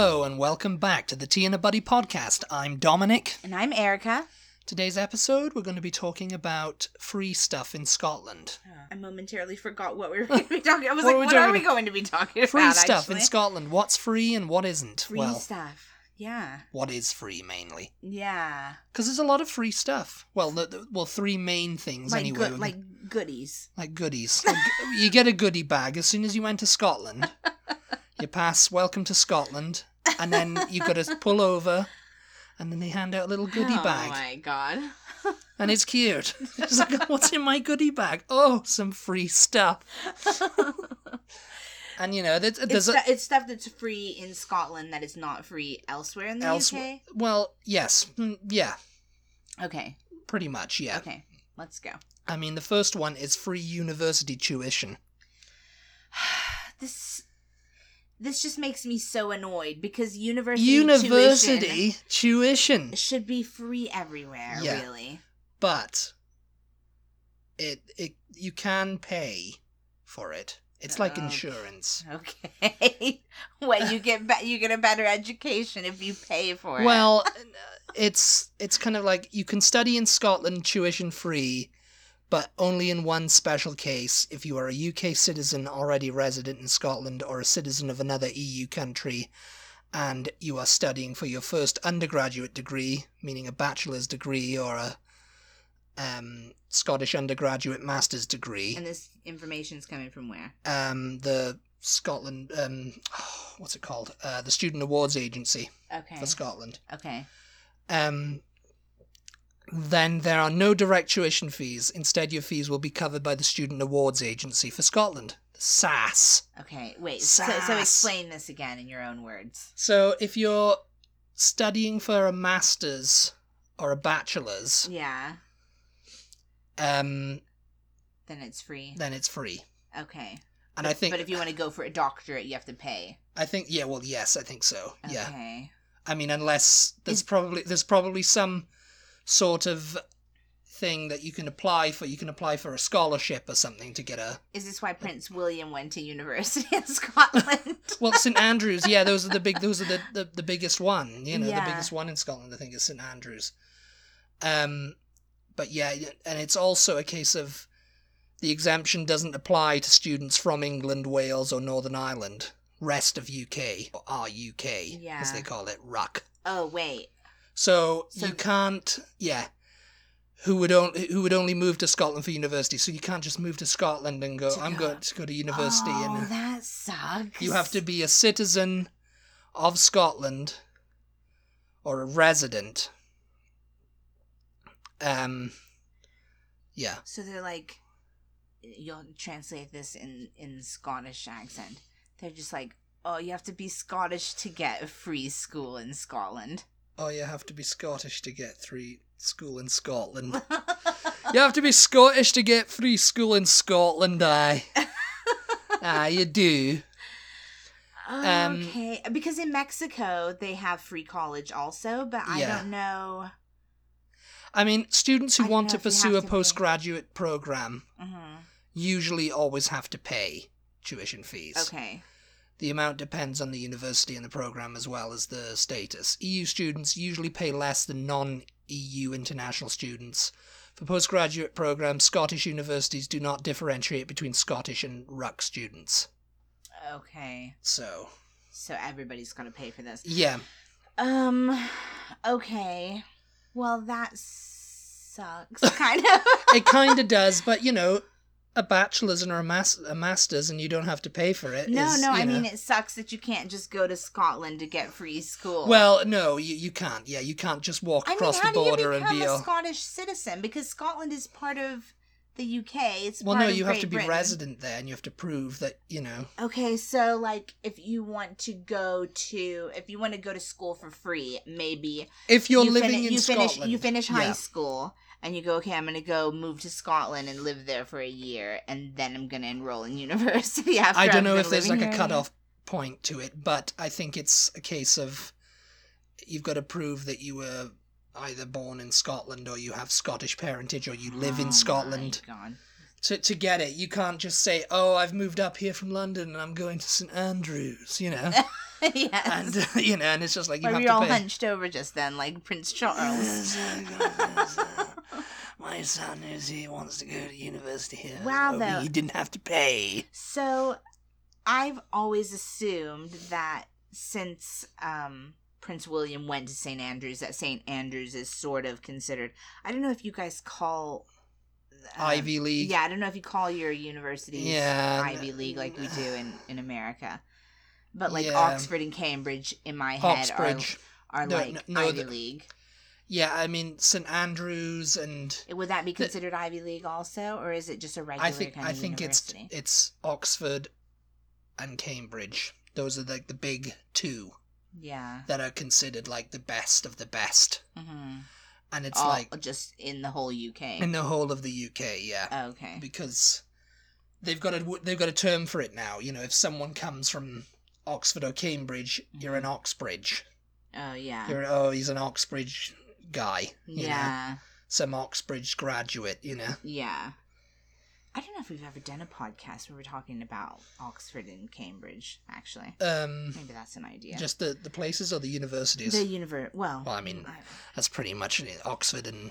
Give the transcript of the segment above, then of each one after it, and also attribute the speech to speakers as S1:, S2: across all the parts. S1: welcome back to the Tea and a Buddy podcast. I'm Dominic.
S2: And I'm Erica.
S1: Today's episode, we're going to be talking about free stuff in Scotland.
S2: I momentarily forgot what we were going to be talking. I was
S1: What
S2: like,
S1: are we
S2: what are
S1: talking
S2: we
S1: about?
S2: going to be talking
S1: Free
S2: about?
S1: stuff
S2: actually?
S1: in Scotland. What's free and what isn't?
S2: Free
S1: well,
S2: stuff. Yeah.
S1: what is free mainly?
S2: Yeah.
S1: Because there's a lot of free stuff. Well, the, the- well, three main things
S2: Like
S1: anyway.
S2: good,
S1: We're
S2: like goodies.
S1: like goodies. Like, you get a goodie bag as soon as you enter Scotland. you pass "Welcome to Scotland," and then you got to pull over, and then they hand out a little goodie
S2: oh
S1: bag,
S2: my god.
S1: and it's cute. it's like, what's in my goodie bag? Oh, some free stuff. And you know, there's,
S2: it's,
S1: there's
S2: stu-
S1: a,
S2: it's stuff that's free in Scotland that is not free elsewhere in the
S1: elsewhere. Well, yes, Mm, yeah,
S2: UK. Okay.
S1: pretty much, yeah.
S2: Okay. Let's go.
S1: I mean, the first one is free university tuition.
S2: This this just makes me so annoyed because university tuition
S1: University tuition.
S2: should be free everywhere.
S1: Yeah.
S2: Really.
S1: but it it you can pay for it. It's like
S2: Oh.
S1: insurance.
S2: Okay. well, you get be- you get a better education if you pay for it.
S1: Well, uh, it's it's kind of like you can study in Scotland tuition free, but only in one special case if you are a UK citizen already resident in Scotland or a citizen of another EU country and you are studying for your first undergraduate degree, meaning a bachelor's degree or a um, Scottish undergraduate master's degree.
S2: and this information's coming from where?
S1: um, the Scotland, um, what's it called? Uh, the Student Awards Agency
S2: Okay.
S1: for Scotland.
S2: Okay.
S1: Um, then there are no direct tuition fees. Instead, your fees will be covered by the Student Awards Agency for Scotland, SAS.
S2: Okay. Wait. So, so
S1: Sass.
S2: explain this again in your own words.
S1: So if you're studying for a master's or a bachelor's,
S2: Yeah.
S1: um,
S2: Then it's free.
S1: then it's free.
S2: Okay.
S1: And I think,
S2: But if you want to go for a doctorate, you have to pay.
S1: I think, yeah, well, yes, I think so. Yeah.
S2: Okay.
S1: I mean, unless there's
S2: Is-
S1: probably there's probably some sort of thing that you can apply for. You can apply for a scholarship or something to get a.
S2: Is this why Prince William went to university in Scotland?
S1: Well, St Andrews, yeah, those are the big, those are the the, the biggest one. You know,
S2: Yeah.
S1: the biggest one in Scotland, I think, is St Andrews. Um, but yeah, and it's also a case of the exemption doesn't apply to students from England, Wales, or Northern Ireland. Rest of UK or RUK, as
S2: Yeah.
S1: they call it, ruck.
S2: oh wait.
S1: So,
S2: So-
S1: you can't, yeah. Who would only who would only move to Scotland for university? So you can't just move to Scotland and go.
S2: To
S1: I'm
S2: go-
S1: going to go to university,
S2: oh,
S1: and
S2: that sucks.
S1: you have to be a citizen of Scotland or a resident. Um, yeah,
S2: So they're like, you'll translate this in in Scottish accent. They're just like, oh, you have to be Scottish to get free school in Scotland.
S1: Oh, you have to be Scottish to get free school in Scotland. you have to be Scottish to get free school in Scotland, aye. aye, you do. Um,
S2: Oh, okay, because in Mexico they have free college also, but I
S1: Yeah.
S2: don't know.
S1: I mean, students who
S2: I don't
S1: want
S2: know
S1: to
S2: if you
S1: pursue
S2: have
S1: a
S2: to pay.
S1: postgraduate program
S2: Mhm.
S1: usually always have to pay tuition fees.
S2: Okay,
S1: The amount depends on the university and the program as well as the status. EU students usually pay less than non EU international students. For postgraduate programs, Scottish universities do not differentiate between Scottish and RUC students.
S2: okay.
S1: So,
S2: So everybody's gonna pay for this.
S1: yeah,
S2: Um, okay. Well, that sucks, kind of.
S1: it kind of does, but you know, a bachelor's and or a, mas- a master's and you don't have to pay for it.
S2: No,
S1: is,
S2: no,
S1: you
S2: I
S1: know-
S2: mean it sucks that you can't just go to Scotland to get free school.
S1: Well, no, you, you can't. Yeah, you can't just walk
S2: I mean,
S1: across
S2: how
S1: the border
S2: do you
S1: and
S2: become
S1: be
S2: a
S1: all.
S2: Scottish citizen? Because Scotland is part of the UK. It's
S1: Well,
S2: part
S1: no,
S2: of
S1: you have to
S2: Great
S1: be
S2: Britain.
S1: resident there, and you have to prove that you know.
S2: Okay, so like if you want to go to if you want to go to school for free, maybe
S1: If you're
S2: you
S1: living
S2: fini-
S1: in
S2: you
S1: Scotland,
S2: finish you finish high
S1: yeah.
S2: school and you go okay, I'm gonna go move to Scotland and live there for a year, and then I'm gonna enroll in university after.
S1: I
S2: I've
S1: don't know
S2: been
S1: if there's
S2: living
S1: like a
S2: here.
S1: cutoff point to it, but I think it's a case of you've got to prove that you were either born in Scotland or you have Scottish parentage or you live
S2: Oh my
S1: in Scotland
S2: God.
S1: to to get it. You can't just say, "Oh, I've moved up here from London and I'm going to St Andrews," you know.
S2: yes.
S1: and you know, and it's just like you
S2: Or
S1: have
S2: you're all
S1: to pay.
S2: hunched over just then, like Prince Charles.
S1: My son is he wants to go to university here.
S2: Wow, though.
S1: he didn't have to pay.
S2: so, I've always assumed that since um, Prince William went to St. Andrews, that St. Andrews is sort of considered. I don't know if you guys call. um,
S1: Ivy League.
S2: Yeah, I don't know if you call your universities
S1: Yeah.
S2: Ivy League like we do in, in America. But like
S1: Yeah.
S2: Oxford and Cambridge in my head are,
S1: Oxbridge.
S2: are
S1: No,
S2: like
S1: no, no,
S2: Ivy
S1: the-
S2: League.
S1: Yeah, I mean St Andrews and
S2: Would that be
S1: The-
S2: considered Ivy League also, or is it just a regular
S1: I think
S2: kind
S1: I
S2: of
S1: think it's
S2: university?
S1: it's Oxford and Cambridge. Those are like the big two
S2: yeah.
S1: that are considered like the best of the best.
S2: hmm
S1: And it's
S2: All,
S1: like
S2: just in the whole UK.
S1: in the whole of the UK, yeah.
S2: okay.
S1: because they've got a w- they've got a term for it now. You know, if someone comes from Oxford or Cambridge, you're an Oxbridge.
S2: oh Mm-hmm. yeah.
S1: You're oh, he's an Oxbridge guy. You know?
S2: Yeah.
S1: some Oxbridge graduate. You know,
S2: Yeah. I don't know if we've ever done a podcast where we're talking about Oxford and Cambridge. Actually,
S1: um,
S2: maybe that's an idea.
S1: just the the places or the universities.
S2: the universe. Well,
S1: Well, I mean, that's pretty much it. Oxford and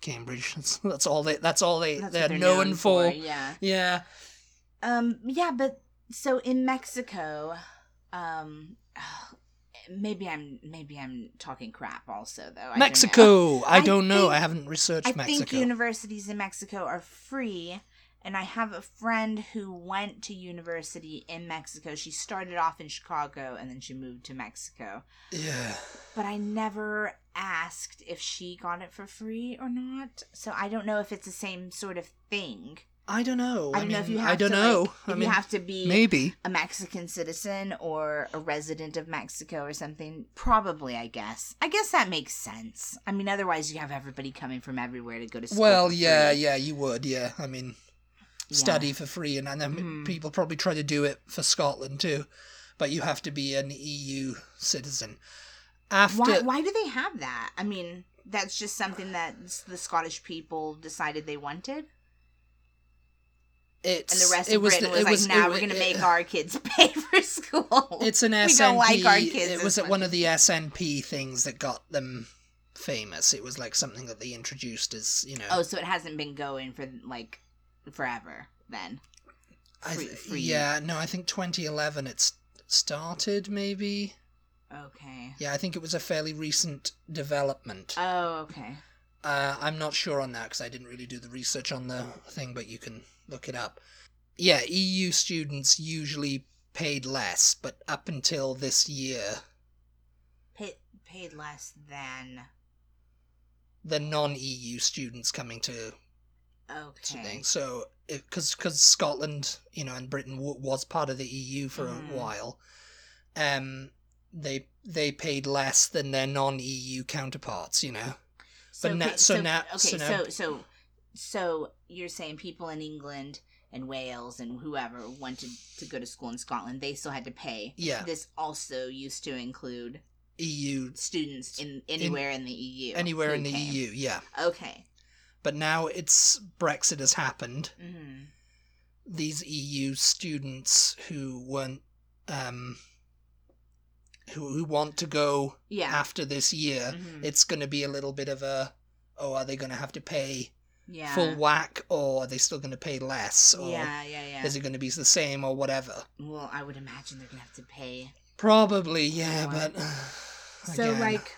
S1: Cambridge. That's, that's all they. That's all they.
S2: that's what
S1: they're, known, for.
S2: Yeah.
S1: Yeah,
S2: Um, yeah, but so in Mexico, um, maybe I'm maybe I'm talking crap. Also, though I don't know.
S1: Mexico. I
S2: I
S1: don't know. I
S2: think-
S1: haven't researched
S2: I
S1: Mexico.
S2: think universities in Mexico are free. And I have a friend who went to university in Mexico. She started off in Chicago and then she moved to Mexico.
S1: yeah,
S2: But I never asked if she got it for free or not. So I don't know if it's the same sort of thing.
S1: I don't know.
S2: I don't know if
S1: mean,
S2: you have
S1: I don't
S2: to,
S1: know.
S2: Like, if
S1: I mean,
S2: you have to be
S1: maybe.
S2: a Mexican citizen or a resident of Mexico or something? Probably, I guess. I guess that makes sense. I mean, otherwise you have everybody coming from everywhere to go to school.
S1: Well,
S2: for
S1: yeah,
S2: free.
S1: yeah, you would, yeah. I mean,
S2: Yeah.
S1: study for free, and, and then
S2: Mhm.
S1: people probably try to do it for Scotland too, but you have to be an EU citizen. After
S2: Why, why do they have that? I mean, that's just something that s- the Scottish people decided they wanted,
S1: it's
S2: and the rest
S1: it
S2: of
S1: was the-
S2: Britain was,
S1: it
S2: like,
S1: was,
S2: "Now
S1: it-
S2: we're going to
S1: it-
S2: make our kids pay for school."
S1: It's an
S2: We
S1: SNP.
S2: don't like our kids
S1: It
S2: as
S1: was at
S2: much
S1: one of
S2: as-
S1: the SNP things that got them famous. It was like something that they introduced as you know.
S2: oh, so it hasn't been going for like forever then.
S1: I th-
S2: free- free.
S1: Yeah, no, I think 2011 it s- started maybe.
S2: Okay.
S1: Yeah, I think it was a fairly recent development.
S2: Oh, okay.
S1: Uh, I'm not sure on that because I didn't really do the research on the thing, but you can look it up. Yeah, EU students usually paid less, but up until this year,
S2: Paid paid less than
S1: the non-EU students coming to to
S2: okay.
S1: things. So, because because Scotland, you know, and Britain w- was part of the EU for
S2: Mhm.
S1: a while, um, they they paid less than their non-EU counterparts. You know,
S2: So,
S1: But na-
S2: pa-
S1: so na-
S2: okay,
S1: so
S2: so,
S1: now-
S2: so so you're saying people in England and Wales and whoever wanted to go to school in Scotland, they still had to pay.
S1: yeah,
S2: This also used to include
S1: EU
S2: students in anywhere in, the E EU.
S1: anywhere
S2: who
S1: in the E
S2: came.
S1: EU, yeah.
S2: Okay.
S1: But now it's Brexit has happened.
S2: hmm
S1: these EU students who weren't um who, who want to go
S2: Yeah.
S1: after this year,
S2: Mhm.
S1: it's going to be a little bit of a oh, are they going to have to pay
S2: Yeah.
S1: full whack or are they still going to pay less or
S2: yeah, yeah, yeah.
S1: is it going to be the same or whatever?
S2: Well, I would imagine they're gonna have to pay
S1: Probably, yeah,
S2: Right.
S1: but
S2: So
S1: again,
S2: like,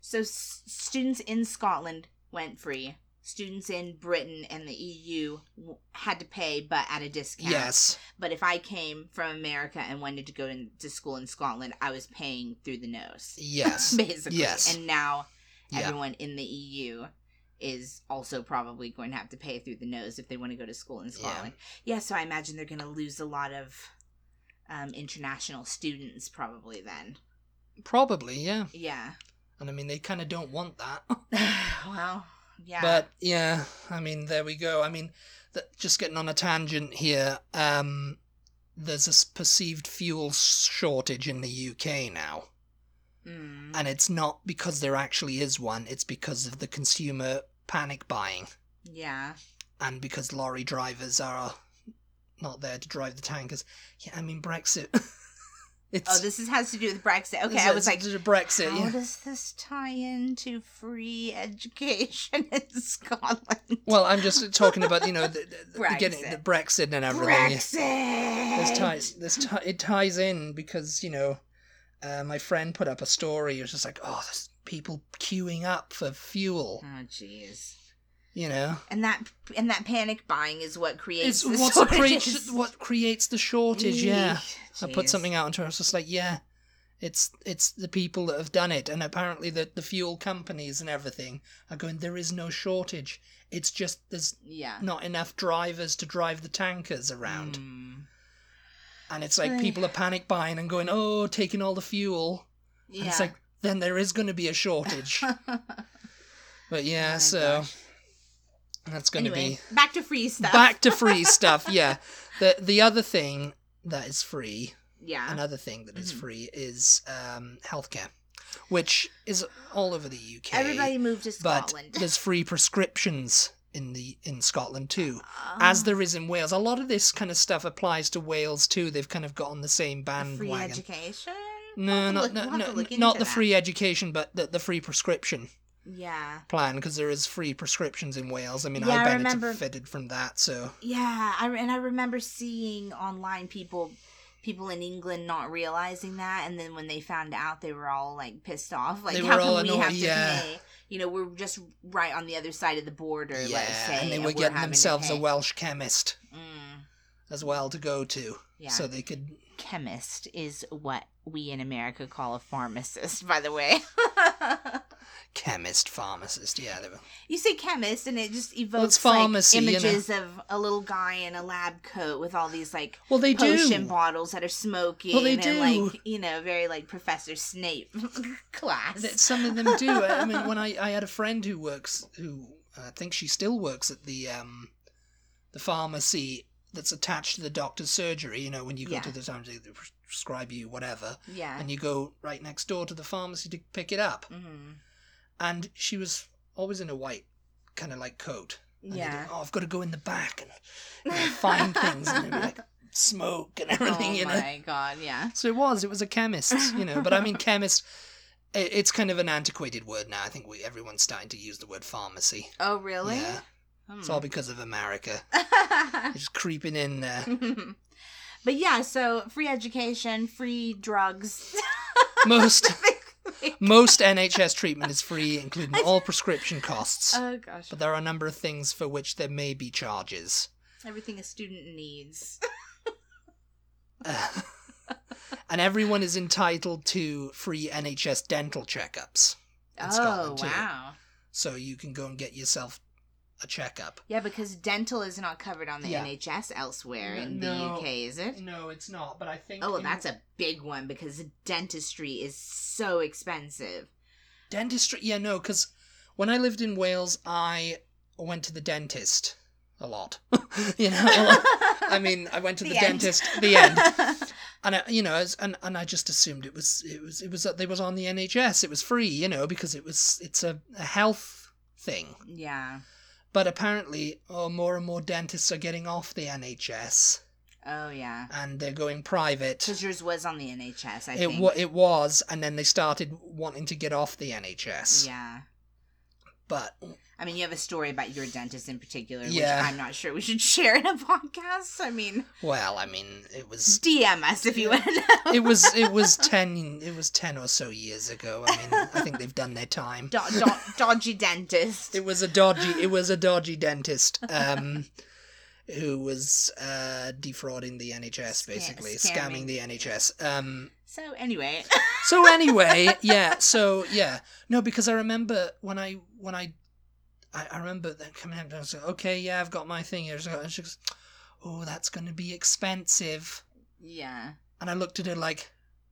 S2: so s- students in Scotland went free. Students in Britain and the EU w- had to pay, but at a discount.
S1: yes,
S2: But if I came from America and wanted to go in, to school in Scotland, I was paying through the nose,
S1: yes,
S2: basically.
S1: Yes.
S2: And now
S1: yeah,
S2: everyone in the EU is also probably going to have to pay through the nose if they want to go to school in Scotland. Yeah, so I imagine they're going to lose a lot of um, international students probably then.
S1: probably, yeah.
S2: Yeah.
S1: And I mean, they kind of don't want that.
S2: well, yeah.
S1: But yeah, I mean, there we go. I mean, th- just getting on a tangent here. Um, there's a s- perceived fuel shortage in the UK now,
S2: Mm.
S1: and it's not because there actually is one. It's because of the consumer panic buying,
S2: yeah.
S1: and because lorry drivers are not there to drive the tankers. Yeah, I mean Brexit. It's
S2: Oh, this is, has to do with Brexit. Okay,
S1: it's-
S2: I was
S1: it's
S2: like,
S1: to Brexit.
S2: how
S1: Yeah.
S2: does this tie into free education in Scotland?
S1: Well, I'm just talking about you know the, the, the
S2: Brexit.
S1: beginning, the Brexit and everything. yeah.
S2: Brexit.
S1: This ties this ti it ties in because you know uh, my friend put up a story. It was just like, oh, there's people queuing up for fuel.
S2: Oh, jeez.
S1: You know,
S2: And that and that panic buying is what
S1: it's
S2: creates the
S1: what's
S2: shortages.
S1: creates what creates the shortage. Yeah.
S2: Eesh,
S1: I put
S2: jeez.
S1: something out into her. It's just like, yeah, it's it's the people that have done it, and apparently the the fuel companies and everything are going. There is no shortage. It's just there's
S2: Yeah.
S1: not enough drivers to drive the tankers around,
S2: Mm.
S1: and it's like
S2: Right.
S1: people are panic buying and going, oh, taking all the fuel.
S2: Yeah.
S1: And it's like then there is going to be a shortage. but yeah,
S2: Oh,
S1: so
S2: gosh.
S1: that's going to
S2: anyway, back to free
S1: be
S2: stuff.
S1: back to free stuff. Yeah, the the other thing that is free
S2: yeah.
S1: another thing that is
S2: Mhm.
S1: free is um, healthcare, which is all over the UK.
S2: Everybody moved to
S1: but
S2: Scotland.
S1: there's free prescriptions in the in Scotland too,
S2: Uh-huh.
S1: as there is in Wales. A lot of this kind of stuff applies to Wales too. They've kind of got on the same
S2: Oh, free
S1: bandwagon.
S2: education. We'll
S1: No,
S2: have to
S1: not
S2: look-
S1: no,
S2: we'll have
S1: no,
S2: to look
S1: not
S2: into
S1: the
S2: that.
S1: free education, but the, the free prescription
S2: Yeah.
S1: plan because there is free prescriptions in Wales. I mean,
S2: Yeah, I
S1: I
S2: remember-
S1: benefited from that. So
S2: Yeah, I re- and I remember seeing online people people in England not realizing that, and then when they found out, they were all like pissed off. Like,
S1: They
S2: how
S1: were
S2: come
S1: all
S2: we
S1: annoyed,
S2: have to
S1: yeah.
S2: pay? You know, we're just right on the other side of the border.
S1: yeah,
S2: let's say,
S1: and they
S2: we're
S1: were getting
S2: having to
S1: themselves a
S2: pay.
S1: Welsh chemist
S2: Mm,
S1: as well to go to,
S2: yeah,
S1: so they could
S2: chemist is what we in America call a pharmacist. By the way,
S1: chemist, pharmacist. Yeah, they were.
S2: you say chemist, and it just evokes
S1: pharmacy, you
S2: like
S1: know.
S2: images of a little guy in a lab coat with all these like
S1: Well, they
S2: potion
S1: do.
S2: bottles that are smoking
S1: Well, they
S2: and
S1: do.
S2: like you know very like professor snape class
S1: That some of them do. I mean, when I, I had a friend who works, who I think she still works at the um, the pharmacy that's attached to the doctor's surgery. You know, when you go
S2: Yeah.
S1: to the pharmacy, they pres- prescribe you whatever,
S2: yeah
S1: and you go right next door to the pharmacy to pick it up.
S2: mm-hmm.
S1: And she was always in a white kind of like coat. And they'd
S2: yeah
S1: go, oh, I've got to go in the back and you know, find things and it'd be like smoke and everything.
S2: oh
S1: you know.
S2: my god yeah
S1: So it was. It was a chemist, you know. But I mean, chemist. i- It's kind of an antiquated word now. I think we everyone's starting to use the word pharmacy.
S2: oh really
S1: Yeah,
S2: Hmm.
S1: it's all because of America. It's just creeping in there.
S2: but yeah so free education free drugs
S1: Most most NHS treatment is free, including all prescription costs.
S2: oh gosh
S1: But there are a number of things for which there may be charges,
S2: everything a student needs
S1: Uh, and everyone is entitled to free NHS dental checkups. In
S2: oh
S1: Scotland, too.
S2: wow
S1: So you can go and get yourself a checkup.
S2: yeah because dental is not covered on the
S1: Yeah.
S2: nhs elsewhere in
S1: No.
S2: the uk is it
S1: No, it's not. But I think
S2: Oh, and that's a big one because dentistry is so expensive.
S1: Dentistry, yeah, no, because when I lived in Wales, I went to the dentist a lot. you know, I mean, I went to the,
S2: The end.
S1: dentist. The end, and I, you know, as- and and I just assumed it was it was it was that they was on the NHS. It was free, you know, because it was it's a, a health thing.
S2: yeah.
S1: But apparently, oh, more and more dentists are getting off the NHS
S2: Oh, yeah.
S1: and they're going private.
S2: Because yours was on the NHS, I
S1: It
S2: think.
S1: wa- it was, and then they started wanting to get off the NHS.
S2: Yeah.
S1: But
S2: I mean, you have a story about your dentist in particular,
S1: Yeah.
S2: which I'm not sure we should share in a podcast. I mean,
S1: well, I mean, it was
S2: DM us if you want to know.
S1: it was it was ten it was ten or so years ago. I mean, I think they've done their time.
S2: Do- do- dodgy dentist.
S1: It was a dodgy it was a dodgy dentist um, who was uh, defrauding the NHS basically,
S2: scamming.
S1: scamming the NHS. Um,
S2: So, anyway.
S1: so anyway, yeah, so yeah, no, because I remember when I when I I, I remember them coming up and I was like, okay, yeah, I've got my thing here. And she goes, oh, that's going to be expensive.
S2: yeah.
S1: And I looked at her like,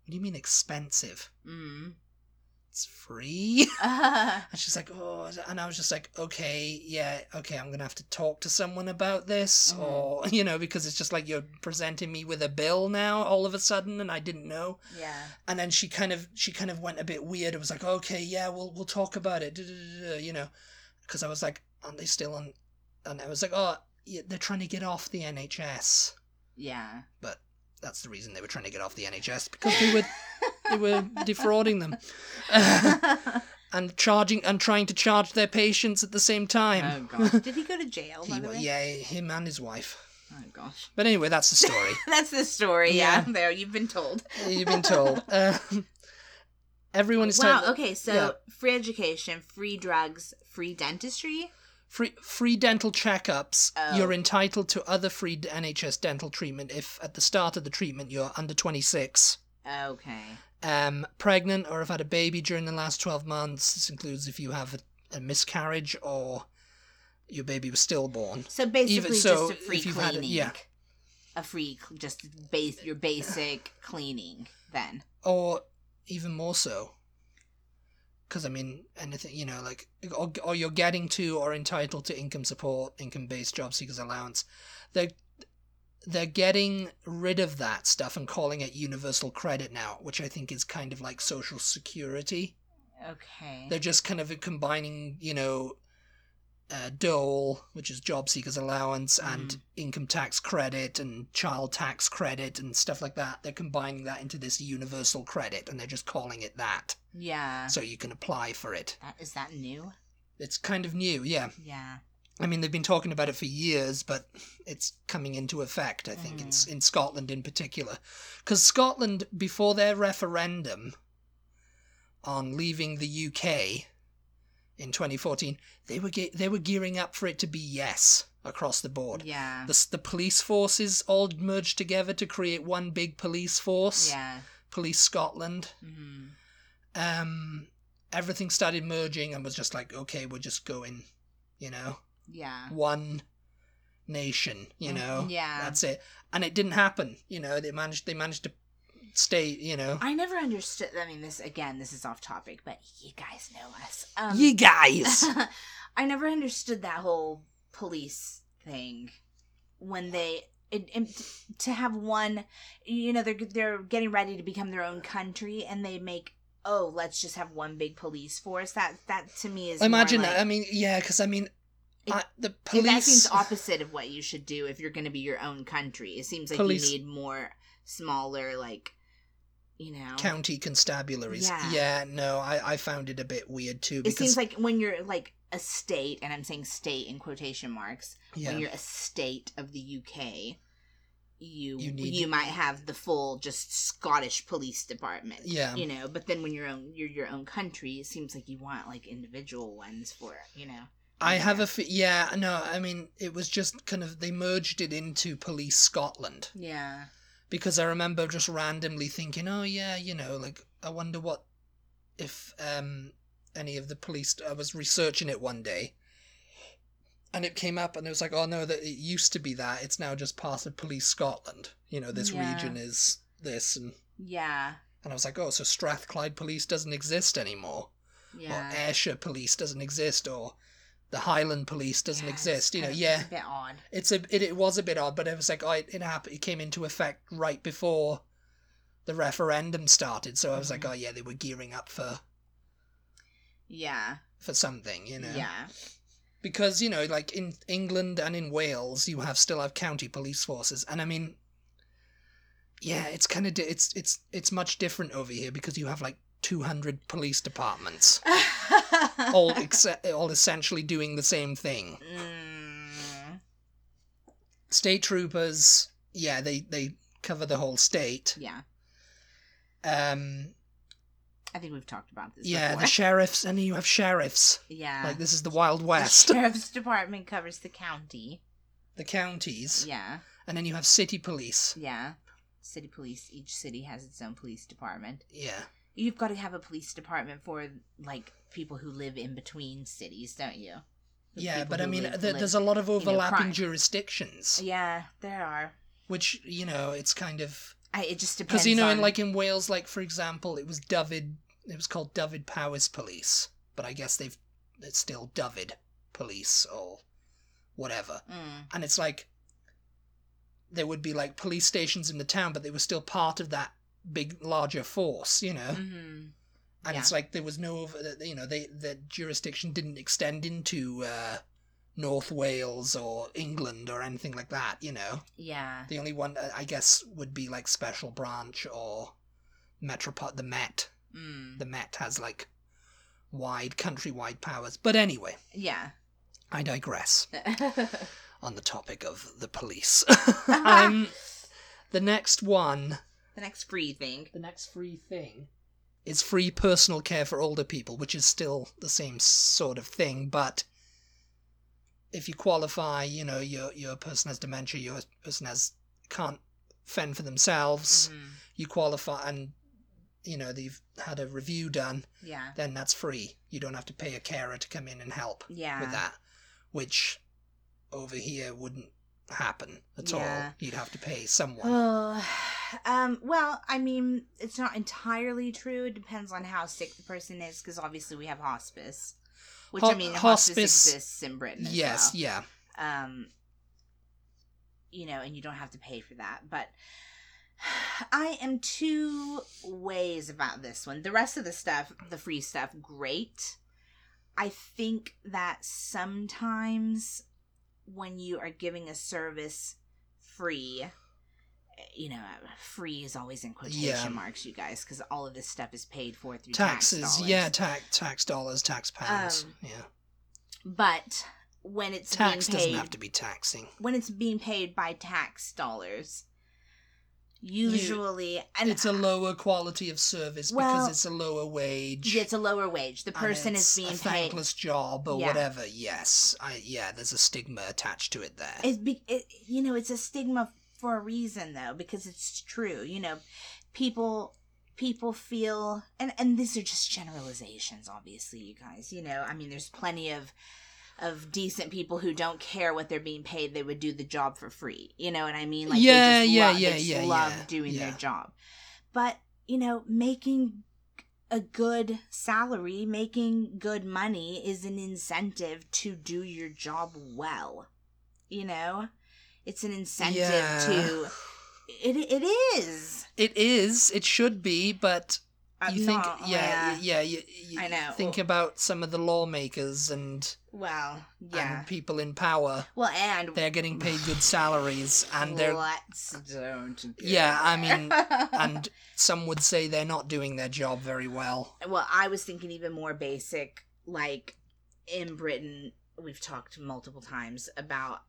S1: what do you mean expensive?
S2: Mm.
S1: It's free.
S2: Uh,
S1: And she's like, oh, and I was just like, okay, yeah, okay, I'm gonna have to talk to someone about this,
S2: Mhm.
S1: or you know, because it's just like you're presenting me with a bill now all of a sudden, and I didn't know.
S2: yeah.
S1: And then she kind of she kind of went a bit weird. It was like, okay, yeah, we'll we'll talk about it, duh, duh, duh, duh, you know, because I was like, aren't they still on? And I was like, oh, yeah, they're trying to get off the NHS,
S2: Yeah.
S1: but That's the reason they were trying to get off the NHS because they were they were defrauding them
S2: Oh,
S1: and charging and trying to charge their patients at the same
S2: oh
S1: time.
S2: gosh. Did he go to jail?
S1: He
S2: by the
S1: wa-
S2: way?
S1: yeah, him and his wife.
S2: Oh gosh.
S1: But anyway, that's the story.
S2: That's the story. Yeah.
S1: Yeah.
S2: There, you've been told.
S1: You've been told. Um, everyone is
S2: Wow.
S1: told
S2: Okay. So
S1: yeah.
S2: free education, free drugs, free dentistry.
S1: free free dental checkups.
S2: Oh.
S1: You're entitled to other free NHS dental treatment if at the start of the treatment you're under 26.
S2: Okay.
S1: um, pregnant or have had a baby during the last 12 months. This includes if you have a, a miscarriage or your baby was stillborn.
S2: So basically,
S1: so,
S2: just a free
S1: if you've had
S2: cleaning.
S1: it- yeah.
S2: A free, cl- just base your basic cleaning. Then.
S1: Or even more so. Because, I mean, anything, you know, like, or, or you're getting to or entitled to income support, income based job seekers allowance. They're, they're getting rid of that stuff and calling it universal credit now, which I think is kind of like social security.
S2: Okay.
S1: They're just kind of combining, you know, uh, dole, which is job seekers allowance, and
S2: Mhm.
S1: income tax credit and child tax credit and stuff like that. They're combining that into this universal credit, and they're just calling it that,
S2: yeah.
S1: so you can apply for it.
S2: That is that new?
S1: It's kind of new, yeah.
S2: Yeah.
S1: I mean, they've been talking about it for years, but it's coming into effect, I think, in
S2: Mm.
S1: in, in Scotland in particular. Because Scotland, before their referendum on leaving the UK in 2014, they were, ge- they were gearing up for it to be yes across the board.
S2: Yeah.
S1: The, s- the police forces all merged together to create one big police force,
S2: Yeah.
S1: Police Scotland
S2: hmm
S1: um, everything started merging and was just like, okay, we're just going, you know,
S2: Yeah.
S1: one nation, you
S2: Mm,
S1: know,
S2: yeah.
S1: that's it. And it didn't happen, you know. They managed, they managed to stay, you know.
S2: I never understood. I mean, this again. This is off topic, but you guys know us. Um,
S1: Ye guys,
S2: I never understood that whole police thing when they it, it- to have one you know they're they're getting ready to become their own country and they make oh let's just have one big police force that that to me is more
S1: imagine
S2: like,
S1: that. I mean, yeah, because I mean, I, the
S2: it- that
S1: police.
S2: seems opposite of what you should do if you're going to be your own country it seems like
S1: Police-
S2: you need more smaller like you know
S1: County constabularies.
S2: Yeah.
S1: Yeah, no, I, I found it a bit weird too
S2: it seems
S1: because
S2: like when you're like a state and i'm saying state in quotation marks when
S1: yeah,
S2: you're a state of the UK, you you,
S1: You need-
S2: might have the full just Scottish police department.
S1: Yeah.
S2: You know, but then when you're own you're your own country, it seems like you want like individual ones for it, you know.
S1: I have a f- yeah, no, I mean, it was just kind of they merged it into Police Scotland.
S2: Yeah.
S1: because I remember just randomly thinking, oh yeah, you know, like I wonder what if um any of the police. I was researching it one day, and it came up, and it was like, oh no, that it used to be that. It's now just part of Police Scotland. You know, this
S2: Yeah.
S1: region is this, and
S2: Yeah.
S1: and I was like, oh, so Strathclyde Police doesn't exist anymore,
S2: Yeah.
S1: or Ayrshire Police doesn't exist, or the Highland Police doesn't
S2: Yeah, it's
S1: exist. You know,
S2: kind of-
S1: yeah
S2: It's a bit odd.
S1: it's a it, it was a bit odd, but it was like oh, it, it happened. It came into effect right before the referendum started, so I was like,
S2: Mhm.
S1: oh yeah, they were gearing up for
S2: Yeah.
S1: for something, you know.
S2: Yeah.
S1: Because you know, like in England and in Wales, you have still have county police forces, and I mean, yeah, it's kind of di- it's it's it's much different over here because you have like two hundred police departments, all ex- all essentially doing the same thing.
S2: Mm,
S1: State troopers, yeah, they they cover the whole state.
S2: yeah.
S1: Um,
S2: I think we've talked about this
S1: yeah, the
S2: before.
S1: sheriffs, and you have sheriffs.
S2: yeah.
S1: Like this is the Wild
S2: The
S1: West,
S2: sheriff's department covers the county.
S1: the counties,
S2: Yeah.
S1: and then you have city police.
S2: Yeah. City police, each city has its own police department.
S1: Yeah,
S2: You've got to have a police department for like people who live in between cities, don't you? The
S1: yeah,
S2: people
S1: but I
S2: who
S1: mean,
S2: live-
S1: there,
S2: live-
S1: there's a lot of overlapping
S2: crime.
S1: jurisdictions,
S2: Yeah, there are.
S1: which you know, it's kind of
S2: I, it just depends.
S1: because you know,
S2: on...
S1: in like in Wales, like for example, it was David, it was called David Powers Police, but I guess they've it's still David Police or whatever.
S2: Mm,
S1: and it's like there would be like police stations in the town but they were still part of that big larger force you know
S2: mhm.
S1: and
S2: yeah.
S1: it's like there was no over you know they the jurisdiction didn't extend into uh North Wales or England or anything like that, you know.
S2: Yeah.
S1: The only one, uh, I guess, would be like Special Branch or Metropot, the Met.
S2: Mm.
S1: The Met has like wide, countrywide powers. But anyway,
S2: Yeah.
S1: I digress on the topic of the police.
S2: the
S1: um, the next one,
S2: next free thing.
S1: the next free thing, is free personal care for older people, which is still the same sort of thing, but if you qualify, you know, your your person has dementia, your person has can't fend for themselves,
S2: Mhm.
S1: you qualify and you know, they've had a review done,
S2: Yeah.
S1: then that's free. You don't have to pay a carer to come in and help
S2: Yeah.
S1: with that, which over here wouldn't happen at all.
S2: Yeah.
S1: You'd have to pay someone.
S2: Oh, um, well, I mean, it's not entirely true. It depends on how sick the person is, because obviously we have hospice, which I
S1: Ho-
S2: mean,
S1: hospice-
S2: hospice, exists in Britain. As
S1: yes,
S2: well.
S1: yeah.
S2: Um, you know, and you don't have to pay for that. But I am two ways about this one. The rest of the stuff, the free stuff, great. I think that sometimes when you are giving a service free, you know, free is always in quotation
S1: Yeah.
S2: marks, you guys, because all of this stuff is paid for through
S1: Taxes,
S2: tax dollars.
S1: yeah, tax tax dollars, tax pounds.
S2: Um,
S1: yeah.
S2: But when it's
S1: Tax
S2: being paid,
S1: doesn't have to be taxing.
S2: when it's being paid by tax dollars, usually and
S1: It's a lower quality of service because
S2: Well,
S1: it's a lower wage.
S2: yeah, it's a lower wage. The
S1: and
S2: person is
S1: it's
S2: being
S1: a
S2: paid.
S1: thankless job or
S2: Yeah.
S1: whatever. Yes, I yeah. There's a stigma attached to it there.
S2: It's be, it, you know, it's a stigma for a reason though, because it's true. You know, people people feel and and these are just generalizations obviously you guys you know i mean there's plenty of of decent people who don't care what they're being paid they would do the job for free you know what i mean like
S1: Yeah,
S2: they just
S1: yeah,
S2: love,
S1: yeah,
S2: they just
S1: yeah,
S2: love
S1: yeah,
S2: doing their
S1: yeah.
S2: job but you know making a good salary making good money is an incentive to do your job well you know it's an incentive
S1: Yeah.
S2: to it, it is
S1: It is. It should be, but
S2: I'm
S1: you think
S2: not-
S1: yeah, y- yeah. You, you
S2: Uh, I know.
S1: Think about some of the lawmakers and
S2: Well, yeah.
S1: and people in power.
S2: well, and
S1: They're getting paid good salaries, and they're
S2: let's don't. get
S1: Yeah, I mean,
S2: there.
S1: and some would say they're not doing their job very well.
S2: well, I was thinking even more basic, like in Britain, we've talked multiple times about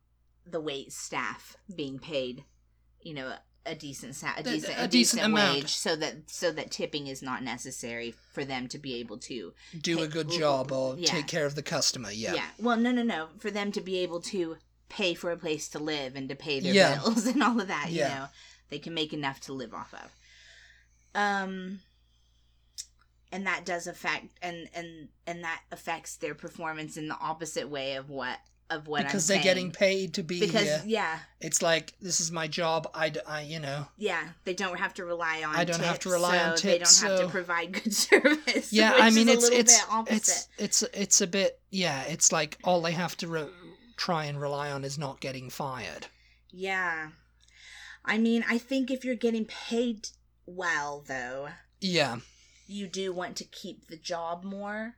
S2: the wait staff being paid, you know, a decent sa- a
S1: The-
S2: decent
S1: a
S2: a,
S1: decent
S2: decent,
S1: amount.
S2: wage, so that so that tipping is not necessary for them to be able to
S1: Do a
S2: Take-
S1: good job or
S2: yeah.
S1: take care of the customer. Yeah.
S2: Well, no, no, no. For them to be able to pay for a place to live and to pay their
S1: Yeah.
S2: bills and all of
S1: Yeah.
S2: that, you know, they can make enough to live off of. Um, and that does affect and and and that affects their performance in the opposite way of what of what
S1: because
S2: I'm
S1: they're getting
S2: saying.
S1: paid to be
S2: because
S1: here.
S2: yeah,
S1: It's like this is my job. I, d- I- you know.
S2: yeah, they don't have to rely on.
S1: I don't have
S2: tips,
S1: to rely on
S2: so They
S1: tips,
S2: don't have
S1: so-
S2: to provide good service.
S1: Yeah,
S2: which
S1: I mean
S2: is a
S1: it's
S2: little
S1: it's
S2: bit opposite.
S1: it's it's it's a bit yeah. It's like all they have to re- try and rely on is not getting fired.
S2: Yeah. I mean, I think if you're getting paid well, though,
S1: Yeah.
S2: you do want to keep the job more.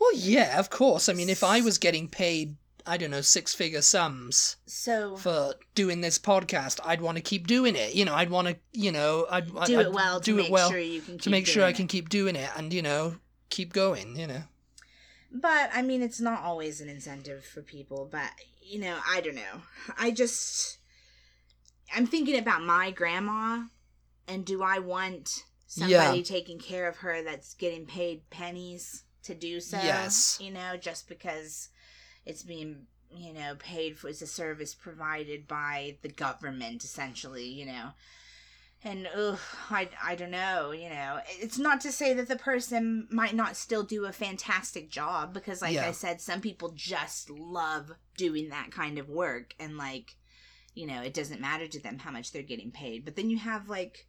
S1: Well, yeah, of course. I mean, if I was getting paid, I don't know, six figure sums
S2: So
S1: for doing this podcast, I'd want to keep doing it. You know, I'd want to, you know, I'd I'd-
S2: do
S1: I'd
S2: it well
S1: do
S2: to
S1: it
S2: make
S1: well
S2: sure you can keep
S1: to make sure
S2: doing
S1: I can
S2: it.
S1: keep doing it and you know keep going. You know.
S2: But I mean, it's not always an incentive for people. But you know, I don't know. I just I'm thinking about my grandma, and do I want somebody taking care of her that's getting paid pennies to do so?
S1: Yes.
S2: You know, just because it's being you know paid for it's a service provided by the government essentially you know and ugh, I, I don't know you know it's not to say that the person might not still do a fantastic job because like
S1: Yeah.
S2: i said some people just love doing that kind of work and like you know it doesn't matter to them how much they're getting paid but then you have like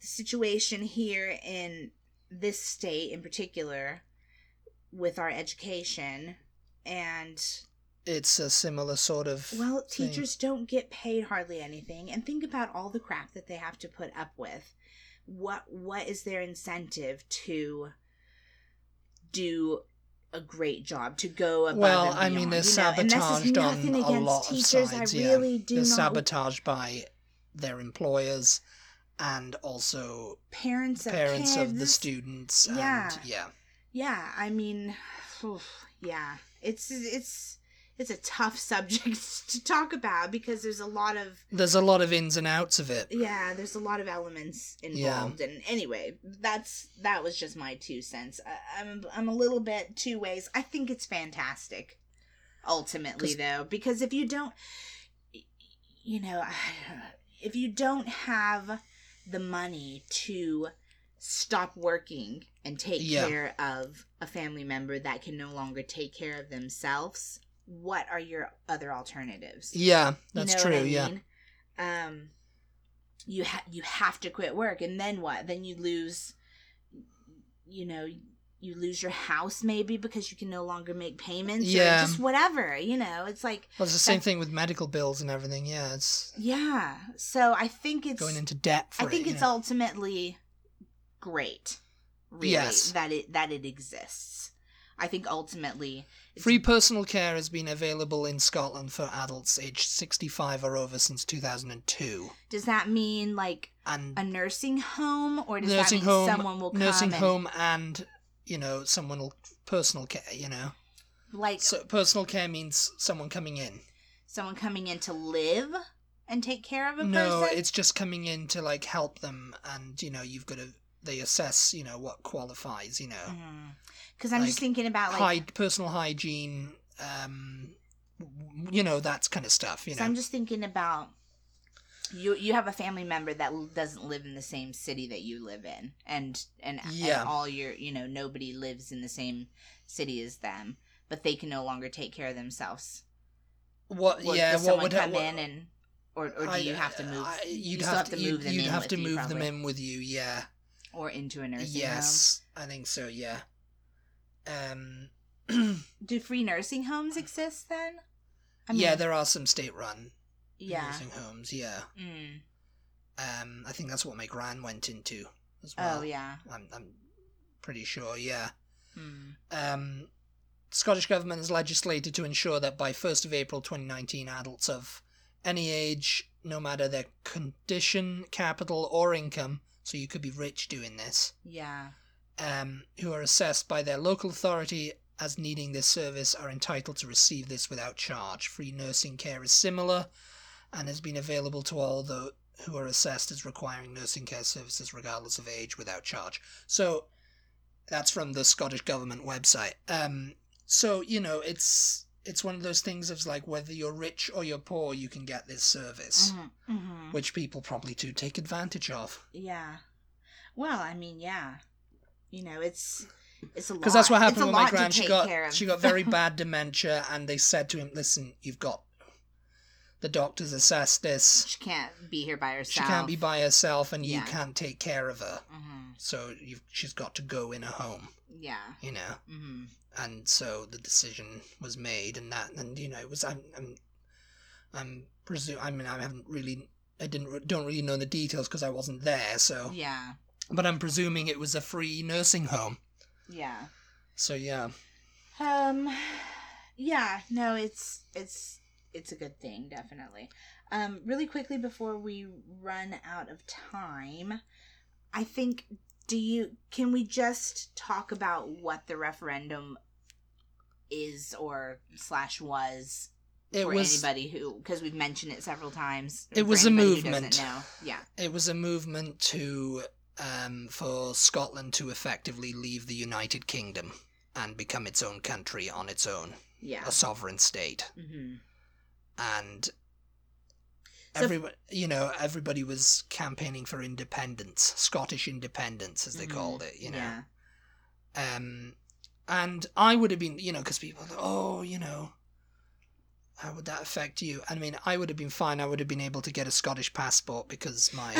S2: the situation here in this state in particular with our education and
S1: It's a similar sort of
S2: well,
S1: thing.
S2: teachers don't get paid hardly anything, and think about all the crap that they have to put up with. What what is their incentive to do a great job to go above
S1: well,
S2: and
S1: I mean,
S2: beyond,
S1: they're
S2: you know? And this is
S1: sabotaged on
S2: nothing
S1: a
S2: against
S1: lot of
S2: teachers.
S1: sides.
S2: I really
S1: yeah,
S2: do
S1: they're
S2: not
S1: sabotaged by their employers and also
S2: parents of
S1: parents
S2: kids.
S1: of the students.
S2: Yeah.
S1: and yeah.
S2: Yeah, I mean, oof, yeah, it's it's it's a tough subject to talk about because there's a lot of
S1: There's a lot of ins and outs of it.
S2: yeah, there's a lot of elements
S1: Yeah.
S2: involved. And anyway, that's that was just my two cents. I, I'm I'm a little bit two ways. I think it's fantastic, ultimately
S1: 'Cause-
S2: though, because if you don't, you know, if you don't have the money to stop working and take
S1: Yeah.
S2: care of a family member that can no longer take care of themselves, what are your other alternatives?
S1: Yeah,
S2: You
S1: that's
S2: know
S1: true.
S2: what I
S1: Yeah.
S2: mean? Um, you ha- you have to quit work, and then what? Then you lose, you know, you lose your house maybe because you can no longer make payments.
S1: Yeah.
S2: or just whatever. You know, it's like
S1: Well, it's the same
S2: That's-
S1: thing with medical bills and everything. Yeah, it's
S2: yeah. So I think it's
S1: going into debt for
S2: I
S1: it,
S2: think
S1: you
S2: it's
S1: know.
S2: ultimately great. Really,
S1: Yes.
S2: that it that it exists. I think ultimately it's-
S1: Free personal care has been available in Scotland for adults aged 65 or over since 2002.
S2: Does that mean like
S1: And
S2: a nursing home, or does
S1: Nursing
S2: that mean
S1: home-
S2: someone will come
S1: nursing
S2: and,
S1: home and, you know, someone will personal care, you know.
S2: like
S1: So personal care means someone coming in.
S2: someone coming in to live and take care of a
S1: No,
S2: person?
S1: it's just coming in to like help them and, you know, you've got to they assess, you know, what qualifies, you know.
S2: Because I'm just
S1: like,
S2: thinking about Mm, like.
S1: Hy- personal hygiene um w- you know that kind of stuff, you
S2: so
S1: know.
S2: I'm just thinking about you. You have a family member that l- doesn't live in the same city that you live in, and and,
S1: Yeah.
S2: and all your you know nobody lives in the same city as them, but they can no longer take care of themselves.
S1: what
S2: Would,
S1: yeah,
S2: does
S1: what
S2: someone
S1: would
S2: come
S1: what-
S2: in and or or do
S1: I- uh,
S2: you have to move?
S1: I-
S2: you
S1: you'd
S2: still
S1: have to, move them you'd
S2: in
S1: have
S2: with
S1: to
S2: you,
S1: move them
S2: probably.
S1: in with you, yeah.
S2: or into a nursing home.
S1: yes, I think so, yeah. Um
S2: Do free nursing homes exist then?
S1: yeah, there are some state run
S2: yeah.
S1: nursing homes, yeah.
S2: Mm.
S1: Um I think that's what my gran went into as well.
S2: Oh yeah.
S1: I'm I'm pretty sure, yeah.
S2: Mm.
S1: um, Scottish government has legislated to ensure that by 1st of April 2019, adults of any age, no matter their condition, capital, or income, so you could be rich doing this,
S2: Yeah.
S1: um, who are assessed by their local authority as needing this service are entitled to receive this without charge. Free nursing care is similar and has been available to all tho- who are assessed as requiring nursing care services regardless of age without charge. So that's from the Scottish government website. Um, so you know it's it's one of those things of like whether you're rich or you're poor, you can get this service,
S2: Mhm, mhm.
S1: which people probably do take advantage of.
S2: Yeah. Well, I mean, yeah. You know, it's it's a lot.
S1: Because that's what
S2: It's
S1: happened
S2: a
S1: with my
S2: lot to
S1: gran. She
S2: take care
S1: got
S2: of.
S1: she got very bad dementia, and they said to him, "Listen, you've got the doctors assessed this.
S2: She can't be here by herself.
S1: She can't be by herself, and you
S2: Yeah.
S1: can't take care of her.
S2: Mhm.
S1: So you've, she's got to go in a home,
S2: Yeah.
S1: you know."
S2: hmm
S1: and so the decision was made and that and you know it was i'm i'm, I'm presume i mean i haven't really i didn't re- don't really know the details because i wasn't there so
S2: Yeah.
S1: but i'm presuming it was a free nursing home
S2: Yeah.
S1: so yeah
S2: Um. Yeah. No. It's it's it's a good thing, definitely. Um. Really quickly before we run out of time, I think. Do you? Can we just talk about what the referendum is or slash was
S1: it
S2: for
S1: was
S2: anybody who because we've mentioned it several times.
S1: It
S2: for
S1: was a
S2: anybody who doesn't
S1: movement.
S2: know. Yeah,
S1: it was a movement to um for scotland to effectively leave the united kingdom and become its own country on its own
S2: yeah.
S1: a sovereign state
S2: hmm
S1: and
S2: So-
S1: everyone you know everybody was campaigning for independence scottish independence as they
S2: Mhm.
S1: called it you know
S2: Yeah.
S1: um and i would have been you know because people are like, oh you know how would that affect you i mean i would have been fine i would have been able to get a scottish passport because my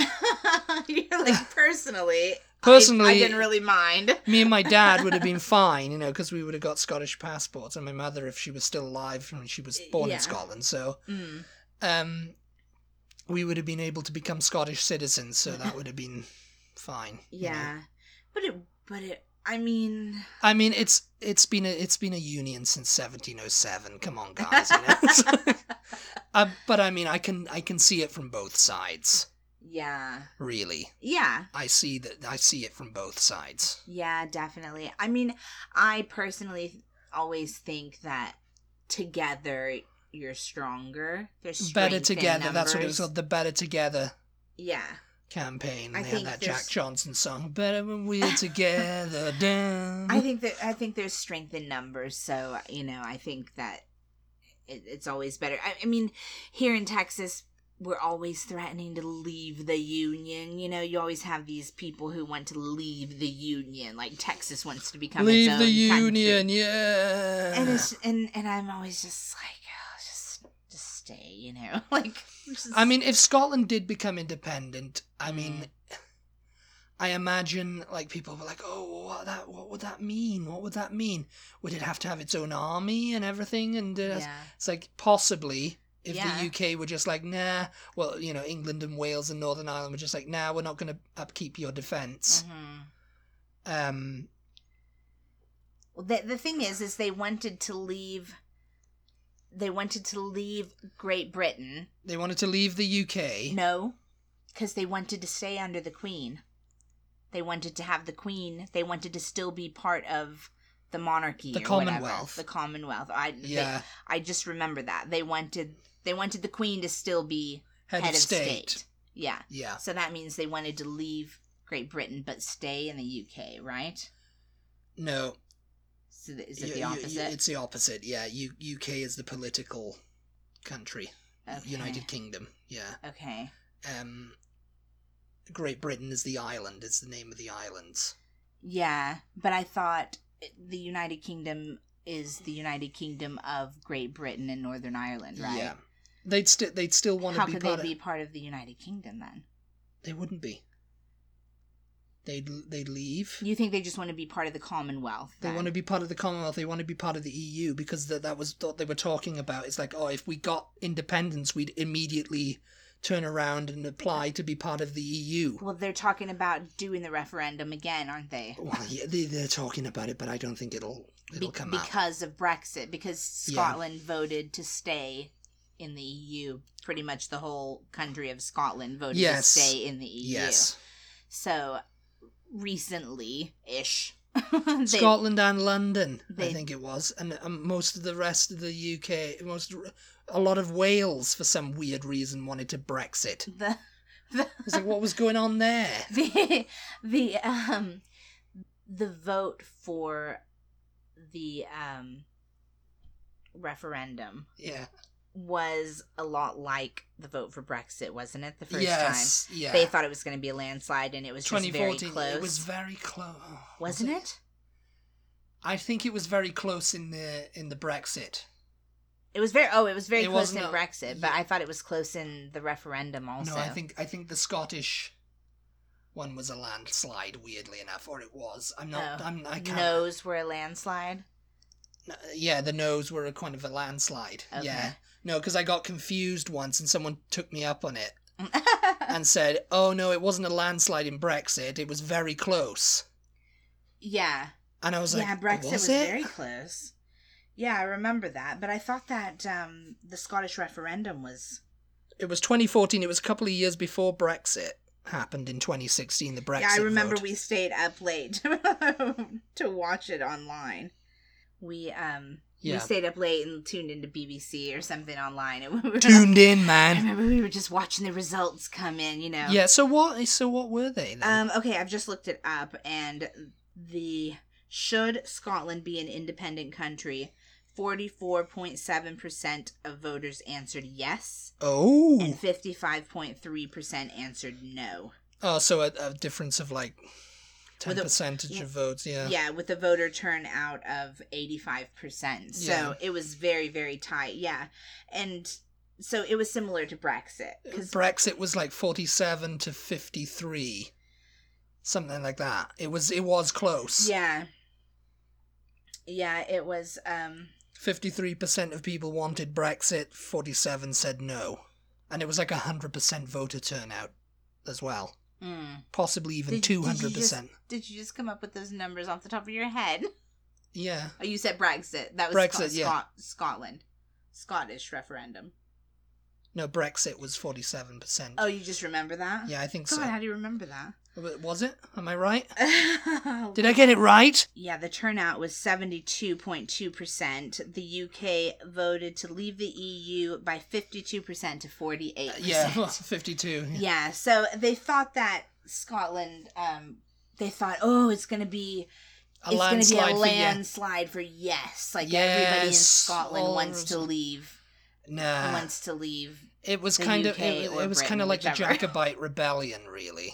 S2: You're like personally.
S1: personally
S2: I, I didn't really mind.
S1: me and my dad would have been fine you know because we would have got scottish passports and my mother if she was still alive I mean, she was born
S2: Yeah.
S1: in scotland so
S2: Mm.
S1: um, we would have been able to become Scottish citizens, so that would have been fine. you know.
S2: Yeah, but it but it I mean,
S1: I mean, it's it's been a it's been a union since 1707. Come on, guys. You know? It's- uh, but I mean, I can I can see it from both sides.
S2: yeah,
S1: Really,
S2: yeah,
S1: I see that I see it from both sides.
S2: yeah, definitely. I mean, I personally always think that together you're stronger. There's
S1: Better
S2: strength in
S1: together. That's what it was
S2: numbers.
S1: called. The Better Together
S2: Yeah,
S1: campaign.
S2: I
S1: they had
S2: think
S1: that
S2: there's-
S1: Jack Johnson song. Better when we're together. Down.
S2: I think that I think there's strength in numbers. So you know, I think that it, it's always better. I, I mean, here in Texas, we're always threatening to leave the union. You know, you always have these people who want to leave the union, like Texas wants to become
S1: Leave
S2: its
S1: the
S2: own country.
S1: union. Yeah.
S2: And it's and and I'm always just like, oh, just just stay. You know, like just-
S1: I mean, if Scotland did become independent,
S2: Mm.
S1: I mean, I imagine like people were like, "Oh, what that? What would that mean? What would that mean? Would it have to have its own army and everything?" And uh,
S2: yeah,
S1: it's like possibly if
S2: Yeah.
S1: the UK were just like, "Nah," well, you know, England and Wales and Northern Ireland were just like, "Nah, we're not going to upkeep your defense."
S2: mhm. Mm.
S1: Um,
S2: Well, the the thing is, is they wanted to leave. They wanted to leave Great Britain.
S1: they wanted to leave the UK.
S2: No, because they wanted to stay under the Queen. They wanted to have the Queen. They wanted to still be part of the monarchy,
S1: The
S2: or whatever.
S1: Commonwealth.
S2: the Commonwealth. I they-
S1: yeah,
S2: I just remember that they wanted they wanted the Queen to still be
S1: head, of, state.
S2: Yeah,
S1: Yeah,
S2: so that means they wanted to leave Great Britain but stay in the UK, right?
S1: no,
S2: So th- is
S1: You-
S2: it the
S1: you- you-
S2: opposite?
S1: it's the opposite. Yeah, U- UK is the political country.
S2: Okay.
S1: United Kingdom. Yeah.
S2: Okay.
S1: Um, Great Britain is the island. It's the name of the islands.
S2: Yeah, but I thought it- the United Kingdom is the United Kingdom of Great Britain and Northern Ireland, right?
S1: Yeah. They'd still they'd still want
S2: How
S1: to be
S2: could
S1: part
S2: they be
S1: of.
S2: part of the United Kingdom then?
S1: They wouldn't be. They'd they'd leave.
S2: You think they just want to be part of the Commonwealth?
S1: They want to be part of the Commonwealth. They want to be part of the EU because that that was what they were talking about. It's like, oh, if we got independence, we'd immediately turn around and apply to be part of the E EU.
S2: Well, they're talking about doing the referendum again, aren't they?
S1: Well, yeah, they, they're talking about it, but I don't think it'll it'll
S2: Be-
S1: come out.
S2: because of Brexit, because
S1: Yeah.
S2: Scotland voted to stay in the EU. Pretty much the whole country of Scotland voted
S1: Yes.
S2: to stay in the EU.
S1: Yes.
S2: So recently ish.
S1: Scotland and London, I
S2: they-
S1: think it was, and um, most of the rest of the UK, most a lot of Wales for some weird reason wanted to Brexit.
S2: the, the
S1: It's like what was going on there?
S2: the the um the vote for the um referendum
S1: Yeah.
S2: was a lot like the vote for Brexit, wasn't it? The first
S1: yes.
S2: time
S1: Yeah.
S2: they thought it was going to be a landslide, and it was just very
S1: 2014.
S2: close,
S1: It was very close.
S2: wasn't it?
S1: I think it was very close in the in the Brexit.
S2: It was very oh, it was very
S1: It
S2: close in
S1: wasn't a-
S2: Brexit, but
S1: yeah.
S2: I thought it was close in the referendum also.
S1: No, I think I think the Scottish one was a landslide. Weirdly enough, or it was. I'm not.
S2: Oh.
S1: I'm. I can't.
S2: No's were a landslide.
S1: Uh, yeah, the no's were a kind of a landslide.
S2: Okay.
S1: Yeah. No, because I got confused once and someone took me up on it and said, oh no, it wasn't a landslide in Brexit, it was very close.
S2: yeah.
S1: And I was like,
S2: yeah, Brexit
S1: was,
S2: was
S1: it?
S2: very close. Yeah, I remember that, but I thought that um, the Scottish referendum was.
S1: It was 2014, it was a couple of years before Brexit happened in 2016, the Brexit.
S2: yeah, I remember
S1: vote.
S2: we stayed up late to watch it online. We um
S1: Yeah.
S2: we stayed up late and tuned into BBC or something online, and we were
S1: tuned in,
S2: I
S1: man.
S2: remember we were just watching the results come in. You know.
S1: Yeah, so what so what were they then?
S2: Um. Okay, I've just looked it up, and the should Scotland be an independent country? Forty-four point seven percent of voters answered yes.
S1: oh.
S2: and 55.3% answered no.
S1: Oh, so a, a difference of like 10
S2: With a-
S1: percentage of votes, yeah.
S2: Yeah, with a voter turnout of 85%. So
S1: Yeah.
S2: it was very, very tight. Yeah. And so it was similar to Brexit.
S1: Uh,
S2: 'cause-
S1: Brexit was like 47 to 53 something like that it was it was close
S2: yeah. Yeah, it was. um
S1: 53% of people wanted Brexit 47 said no and it was like a 100% voter turnout as well
S2: Mm.
S1: possibly even
S2: Did- did
S1: two
S2: you just-
S1: hundred percent.
S2: Did you just come up with those numbers off the top of your head?
S1: Yeah,
S2: Oh, you said Brexit. That was
S1: Brexit,
S2: Scot-
S1: yeah.
S2: Scot- Scotland. Scottish referendum.
S1: no, Brexit was forty seven percent.
S2: Oh, you just remember that?
S1: Mm. Yeah, I think
S2: God,
S1: so.
S2: how do you remember that?
S1: W- Was it? Am I right?
S2: Did
S1: Did I get it right?
S2: Yeah, the turnout was 72.2%. The UK voted to leave the EU by 52% to
S1: Uh,
S2: 48%.
S1: Yeah, well, fifty two.
S2: Yeah, so they thought that Scotland um they thought, "Oh, it's going to be
S1: A
S2: it's going to be
S1: landslide
S2: a
S1: for yeah.
S2: landslide for yes. Like everybody in
S1: Yes,
S2: Scotland
S1: all
S2: wants
S1: of
S2: to
S1: them. Ah.
S2: leave
S1: Nah,
S2: wants to leave.
S1: it was
S2: the
S1: kind of
S2: UK
S1: it,
S2: or
S1: it was kind
S2: Britain,
S1: of like the
S2: whichever.
S1: Jacobite rebellion, really.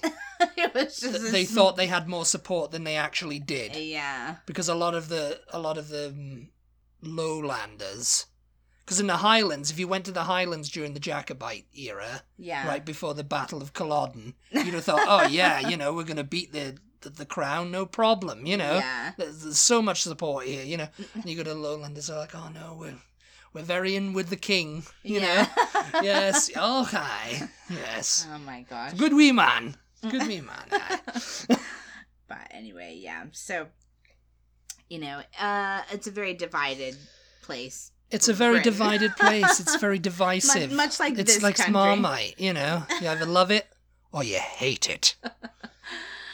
S2: it was just
S1: Th-
S2: a
S1: they
S2: sm-
S1: thought they had more support than they actually did.
S2: Yeah.
S1: because a lot of the a lot of the mm, lowlanders because in the highlands if you went to the highlands during the jacobite era
S2: Yeah.
S1: right before the battle of culloden you'd have thought oh yeah you know we're going to beat the, the the crown no problem you know
S2: Yeah.
S1: there's, there's so much support here you know and you go to the lowlanders are like oh no we're we're very in with the king you
S2: yeah.
S1: know yes oh hi yes
S2: Oh my gosh.
S1: good wee man good wee man aye.
S2: but anyway, yeah. So, you know, uh, it's a very divided place.
S1: it's a very
S2: Right.
S1: divided place it's very
S2: Mu-
S1: divisive
S2: much like
S1: it's
S2: this
S1: like
S2: country.
S1: Marmite, you know. You either love it or you hate it.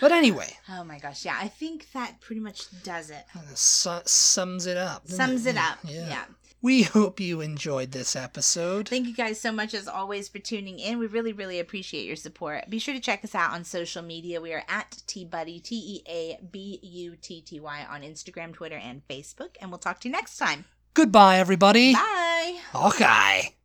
S1: But anyway,
S2: Oh my gosh, yeah. I think that pretty much does it.
S1: that su- sums it up. doesn't
S2: Sums it
S1: Yeah,
S2: up. Yeah.
S1: We hope you enjoyed this episode.
S2: Thank you guys so much as always for tuning in. We really, really appreciate your support. Be sure to check us out on social media. We are at T Buddy, T E A B U T T Y on Instagram, Twitter, and Facebook. And we'll talk to you next time.
S1: Goodbye, everybody.
S2: Bye.
S1: Okay.